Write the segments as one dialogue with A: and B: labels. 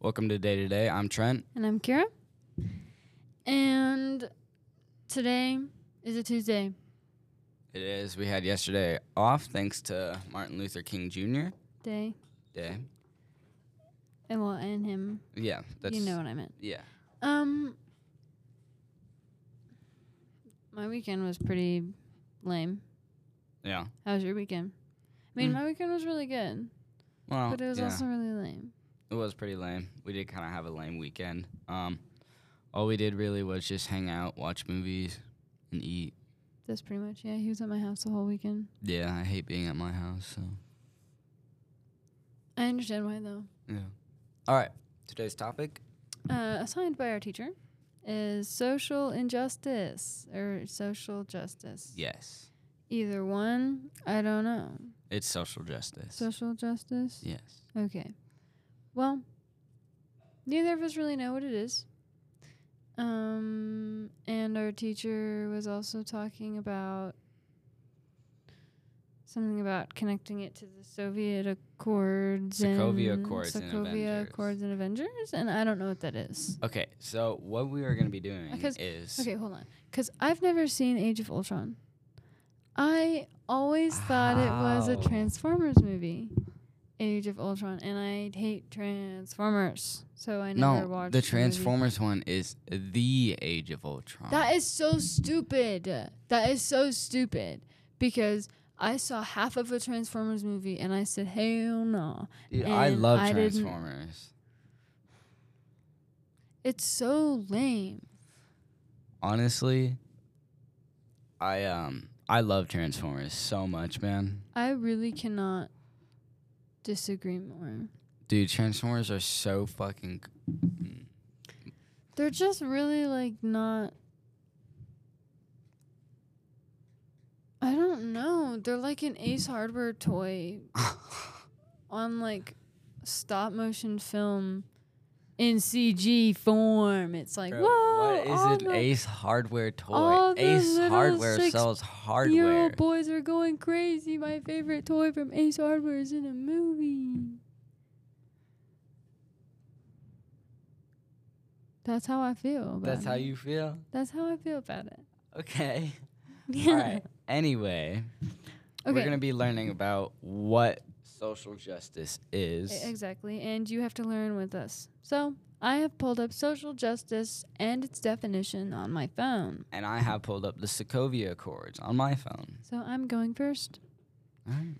A: Welcome to Day to Day. I'm Trent.
B: And I'm Kira. And today is a Tuesday.
A: It is. We had yesterday off thanks to Martin Luther King Jr.
B: Day.
A: Day.
B: And well, and him.
A: Yeah, that's
B: you know what I meant.
A: yeah.
B: Um, my weekend was pretty lame.
A: Yeah.
B: How was your weekend? I mean,
A: Mm.
B: my weekend was really good,
A: Well,
B: but it was
A: yeah.
B: also really lame.
A: it was pretty lame. We did kind of have a lame weekend. Um, all we did really was just hang out, watch movies, and eat.
B: That's pretty much yeah. He was at my house the whole weekend.
A: Yeah, I hate being at my house. So
B: I understand why though.
A: yeah. All right. Today's topic.
B: Uh, assigned by our teacher is social injustice or social justice.
A: Yes.
B: Either one, I don't know.
A: It's social justice.
B: Social justice?
A: yes.
B: Okay. Well, neither of us really know what it is. Um, and our teacher was also talking about something about connecting it to the Soviet Accords.
A: Sokovia
B: and
A: Accords and
B: Sokovia
A: Avengers.
B: Accords and Avengers, and I don't know what that is.
A: Okay. So what we are going to be doing
B: Because-
A: is
B: Okay, hold on. Because I've never seen Age of Ultron. I always thought it was a
A: How?
B: Transformers movie, Age of Ultron, and I hate Transformers, so I never
A: no,
B: watched
A: the
B: movie.
A: Transformers one is the Age of Ultron.
B: That is so stupid. That is so stupid because I saw half of a Transformers movie and I said, "Hell no!"
A: Dude, I
B: and
A: love
B: I didn't-
A: Transformers.
B: It's so lame.
A: Honestly, I um I love Transformers so much, man.
B: I really cannot disagree more.
A: Dude, Transformers are so fucking
B: They're just really like not. I don't know. They're like an Ace Hardware toy on like stop motion film in CG form. It's like, whoa!
A: what is
B: all
A: it?
B: the
A: Ace Hardware toy.
B: all the
A: Ace
B: little
A: Hardware
B: six
A: sells
B: Yo,
A: hardware.
B: boys are going crazy. My favorite toy from Ace Hardware is in a movie. That's how I feel. About
A: That's how
B: it.
A: you feel?
B: That's how I feel about it.
A: Okay.
B: Yeah.
A: All right. Anyway, we're
B: Okay.
A: going to be learning about what social justice is.
B: E- Exactly. And you have to learn with us. So I have pulled up social justice and its definition on my phone.
A: and I have pulled up the Sokovia Accords on my phone.
B: So I'm going first.
A: All right.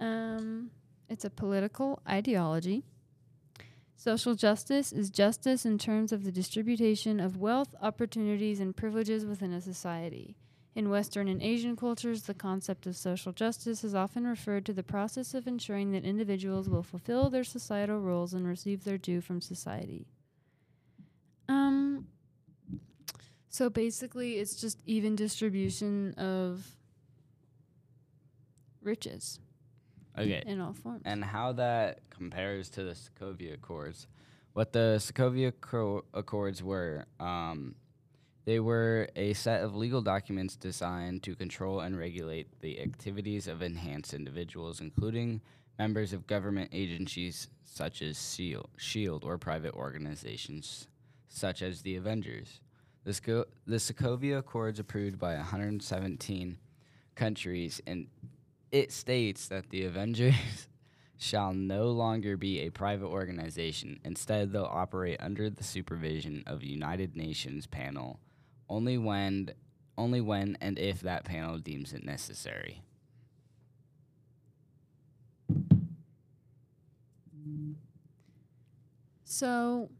B: Um, it's a political ideology. Social justice is justice in terms of the distribution of wealth, opportunities, and privileges within a society. In Western and Asian cultures, the concept of social justice is often referred to the process of ensuring that individuals will fulfill their societal roles and receive their due from society. Um, so basically, it's just even distribution of riches
A: Okay.
B: in all forms.
A: and how that compares to the Sokovia Accords. What the Sokovia Acco- Accords were, um, they were a set of legal documents designed to control and regulate the activities of enhanced individuals, including members of government agencies such as SEAL, SHIELD E or private organizations such as the Avengers. The, Sco- the Sokovia Accords, approved by 117 countries, and it states that the Avengers shall no longer be a private organization. Instead, they'll operate under the supervision of United Nations panel only when only when and if that panel deems it necessary.
B: So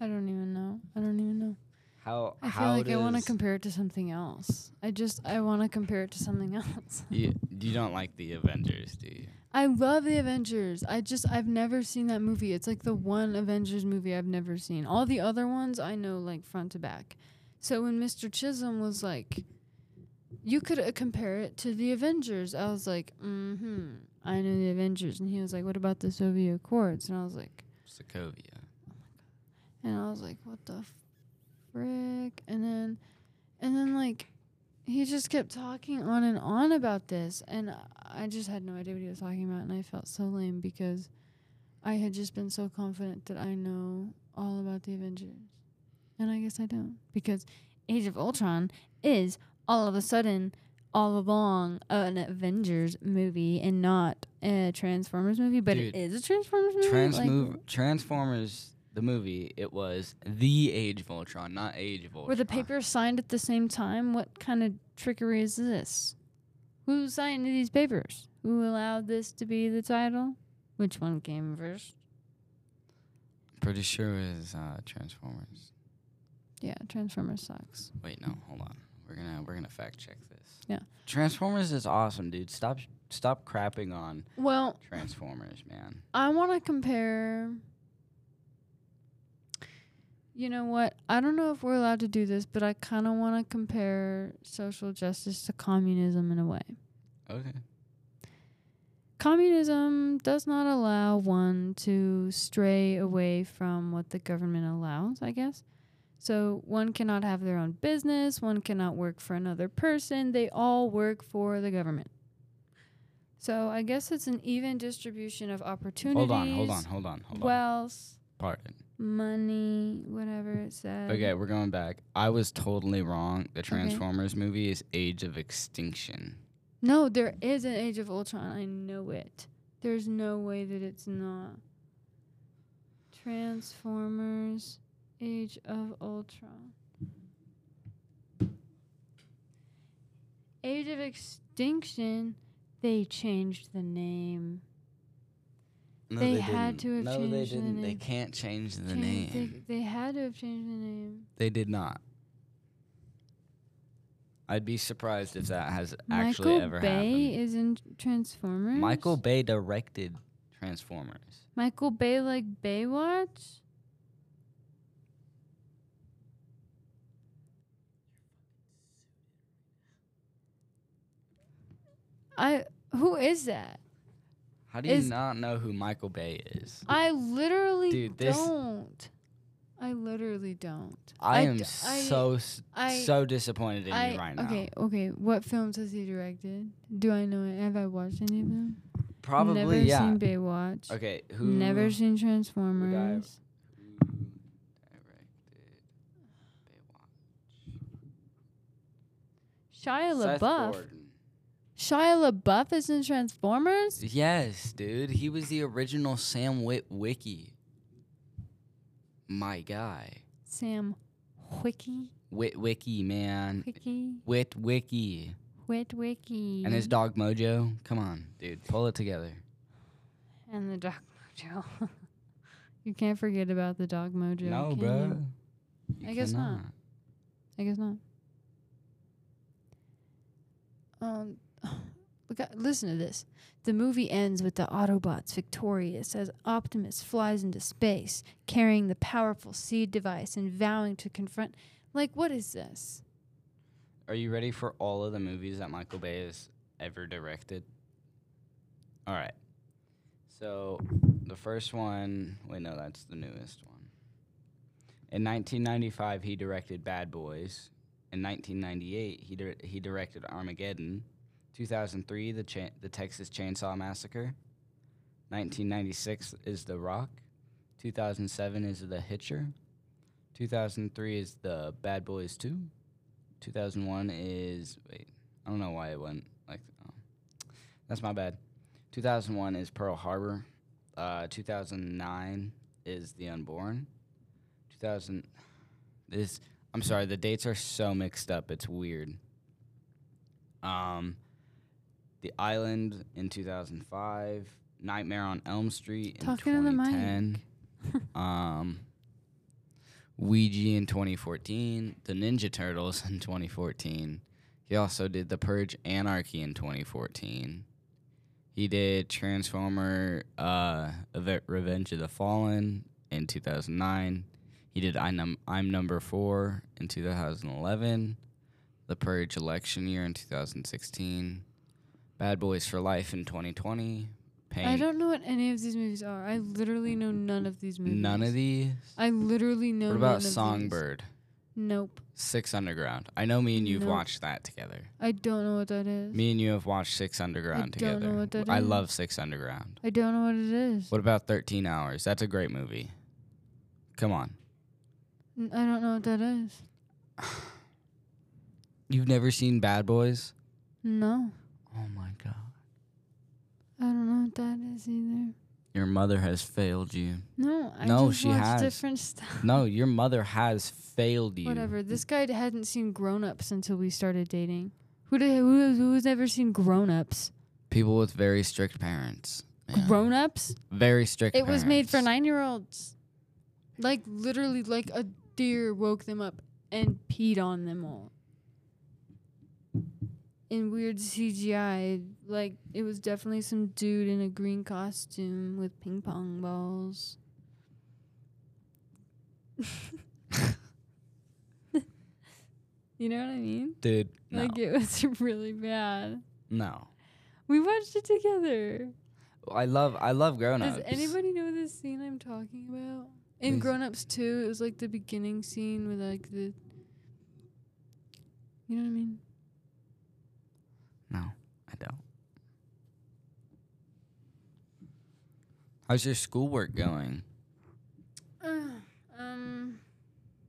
B: I don't even know. I don't even know.
A: How
B: I feel
A: how
B: like I want to
A: does-
B: compare it to something else. I just I want to compare it to something else.
A: you, you don't like the Avengers, do you?
B: I love the Avengers. I just I've never seen that movie. It's like the one Avengers movie I've never seen. All the other ones I know like front to back. So when Mr. Chisholm was like, "You could uh, compare it to the Avengers," I was like, "Mm-hmm." I know the Avengers, and he was like, "What about the Soviet Accords?" And I was like,
A: Sokovia.
B: and I was like, "What the frick?" And then, and then like, he just kept talking on and on about this and i just had no idea what he was talking about and i felt so lame because i had just been so confident that i know all about the avengers and i guess i don't because age of ultron is all of a sudden all along an avengers movie and not a transformers movie but
A: Dude.
B: it is a transformers movie
A: Trans-
B: Mm, like,
A: mov- Transformers, the movie, it was the Age of Ultron, not Age of Ultron.
B: Were the papers signed at the same time? What kind of trickery is this? Who signed these papers? Who allowed this to be the title? Which one came first?
A: Pretty sure it was uh, Transformers.
B: Yeah, Transformers sucks.
A: Wait, no, hold on. We're gonna we're gonna fact check this.
B: Yeah.
A: Transformers is awesome, dude. Stop stop crapping on
B: Well,
A: Transformers, man.
B: I want to compare. You know what? I don't know if we're allowed to do this, but I kind of want to compare social justice to communism in a way.
A: Okay.
B: Communism does not allow one to stray away from what the government allows, I guess. So one cannot have their own business, one cannot work for another person, they all work for the government. So I guess it's an even distribution of opportunities,
A: Hold on, hold on, hold on, hold on.
B: wealth,
A: Pardon.
B: money, whatever it says.
A: Okay, we're going back. I was totally wrong. The Transformers movie is Age of Extinction.
B: No, there is an Age of Ultron. I know it. There's no way that it's not. Transformers Age of Ultron. Age of Extinction, they changed the name.
A: No,
B: They had to have
A: no, they
B: changed the
A: didn't. They
B: name.
A: can't change the
B: Change-
A: name.
B: They, they had to have changed the name.
A: They did not. I'd be surprised if that has actually
B: Michael
A: ever
B: Bay
A: happened.
B: is in Transformers.
A: Michael Bay directed Transformers.
B: Michael Bay like Baywatch? I who is that?
A: How do you
B: Is-
A: not know who Michael Bay is?
B: I literally
A: Dude, this-
B: don't. I literally don't.
A: I, am
B: d- I-
A: so s
B: I-
A: so disappointed in
B: I-
A: you right now.
B: Okay, okay. What films has he directed? Do I know it? Have I watched any of them?
A: Probably
B: Never
A: yeah.
B: seen Baywatch.
A: okay, who
B: Never
A: who
B: seen Transformers.
A: directed
B: Shia
A: Baywatch? Seth
B: LaBeouf.
A: Gordon.
B: Shia LaBeouf is in Transformers?
A: Yes, dude. He was the original Sam Witwicky. My guy.
B: Sam Wiki,
A: Witwicky, man.
B: Wiki,
A: Witwicky.
B: Wit Wiki.
A: And his dog Mojo. Come on, dude. Pull it together.
B: And the dog mojo. you can't forget about the dog mojo. can you?
A: You
B: I guess not.
A: cannot.
B: I guess not. Um, look at, listen to this. The movie ends with the Autobots victorious as Optimus flies into space, carrying the powerful seed device and vowing to confront. Like, what is this?
A: Are you ready for all of the movies that Michael Bay has ever directed? All right. So the first one, wait, no, that's the newest one. In 1995, he directed Bad Boys. In 1998, he dir- he directed Armageddon. 2003, the cha- the Texas Chainsaw Massacre. 1996 is The Rock. 2007 is The Hitcher. 2003 is The Bad Boys 2. 2001 is wait, I don't know why it went like oh, that's my bad. 2001 is Pearl Harbor. Uh, 2009 is The Unborn. 2000 this I'm sorry, the dates are so mixed up. It's weird. Um, The Island in 2005, Nightmare on Elm Street in
B: Talking to the mic.
A: 2010. um Ouija in 2014, The Ninja Turtles in 2014. He also did The Purge Anarchy in 2014. He did Transformer uh, Ave- Revenge of the Fallen in 2009. He did I num- I'm Number 4 in 2011. The Purge Election Year in 2016. Bad Boys for Life in 2020. Pain.
B: I don't know what any of these movies are. I literally know none of these movies.
A: None of these.
B: I literally know.
A: What
B: none
A: about
B: of these.
A: Songbird?
B: Nope.
A: Six Underground. I know me and you've
B: Nope.
A: watched that together.
B: I don't know what that is.
A: Me and you have watched Six Underground
B: don't know
A: together.
B: what that
A: I
B: is.
A: love Six Underground.
B: I don't know what it is.
A: What about 13 Hours? That's a great movie. Come on.
B: N- I don't know what that is.
A: You've never seen Bad Boys?
B: No.
A: Oh my God.
B: I don't know what that is either.
A: Your mother has failed you.
B: No, I
A: No,
B: just
A: she
B: watch
A: has.
B: different stuff.
A: No, your mother has failed you.
B: Whatever. This guy hadn't seen Grown Ups until we started dating. Who did, who, who's never seen Grown Ups?
A: People with very strict parents. Yeah.
B: Grown Ups?
A: Very strict
B: It was made for
A: parents.
B: nine year olds. Like literally, like a deer woke them up and peed on them all. In weird CGI, like it was definitely some dude in a green costume with ping pong balls. you know what I mean?
A: Dude, no.
B: Like it was really bad.
A: no.
B: We watched it together.
A: I love I love grown ups.
B: Does anybody know this scene I'm talking about? In
A: Please.
B: Grown Ups 2, it was like the beginning scene with like the. You know what I mean?
A: No, I don't. How's your schoolwork going?
B: um,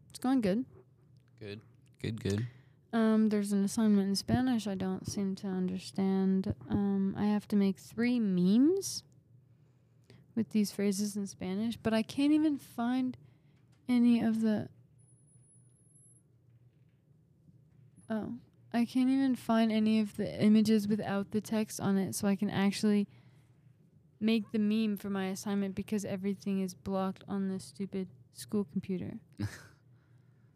B: it's going good.
A: Good. Good, good.
B: Um, there's an assignment in Spanish I don't seem to understand. Um, I have to make three memes with these phrases in Spanish, but I can't even find any of the. Oh, I can't even find any of the images without the text on it, so I can actually make the meme for my assignment because everything is blocked on the stupid school computer.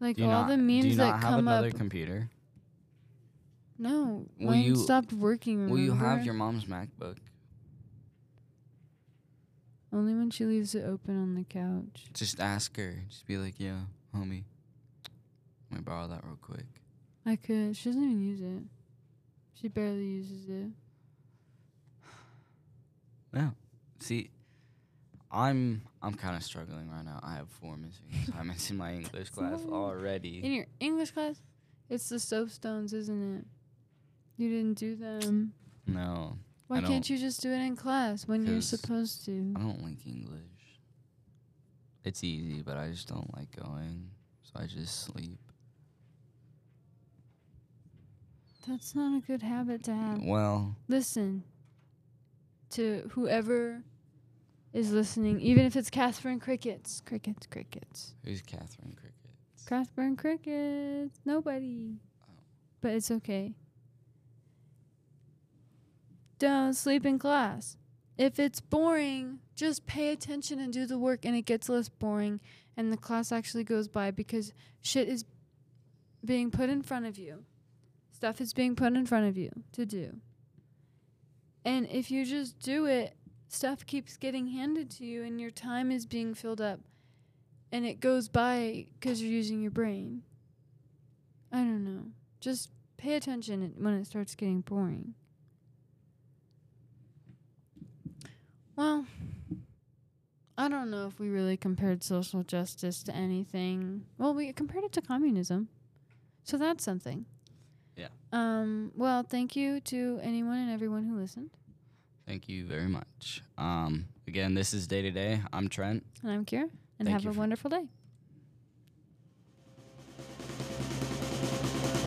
B: like
A: Do you
B: all
A: not,
B: the
A: do
B: memes
A: you
B: that
A: not have
B: come up.
A: another computer?
B: No,
A: Will
B: mine
A: you-
B: stopped working. Remember?
A: Will you have your mom's MacBook?
B: only when she leaves it open on the couch?
A: Just ask her. Just be like, yo, homie. Let me borrow that real quick.
B: I could. She doesn't even use it. She barely uses it.
A: See, I'm I'm kind of struggling right now. I have four missing assignments in my English class
B: Sorry. In
A: already.
B: your English class, it's the soapstones, isn't it? You didn't do them.
A: No,
B: Why
A: don't-
B: can't you just do it in class when you're
A: 'cause
B: supposed to?
A: I don't like English. It's easy, but I just don't like going, so I just sleep.
B: That's not a good habit to have.
A: Well,
B: Listen to whoever is listening, even if it's Catherine Crickets. Crickets, crickets.
A: who's Catherine Cricket?
B: Craftburn crickets. Nobody. But it's okay. Don't sleep in class. If it's boring, just pay attention and do the work, and it gets less boring, and the class actually goes by because shit is being put in front of you. Stuff is being put in front of you to do. And if you just do it, stuff keeps getting handed to you, and your time is being filled up and it goes by because you're using your brain. I don't know. Just pay attention it- when it starts getting boring. Well, I don't know if we really compared social justice to anything. Well, we compared it to communism. So that's something.
A: Yeah.
B: Um, well, thank you to anyone and everyone who listened.
A: Thank you very much. Um, again, this is day to day. I'm Trent.
B: And I'm Kira. And
A: Thank
B: have
A: you
B: a
A: for-
B: wonderful day.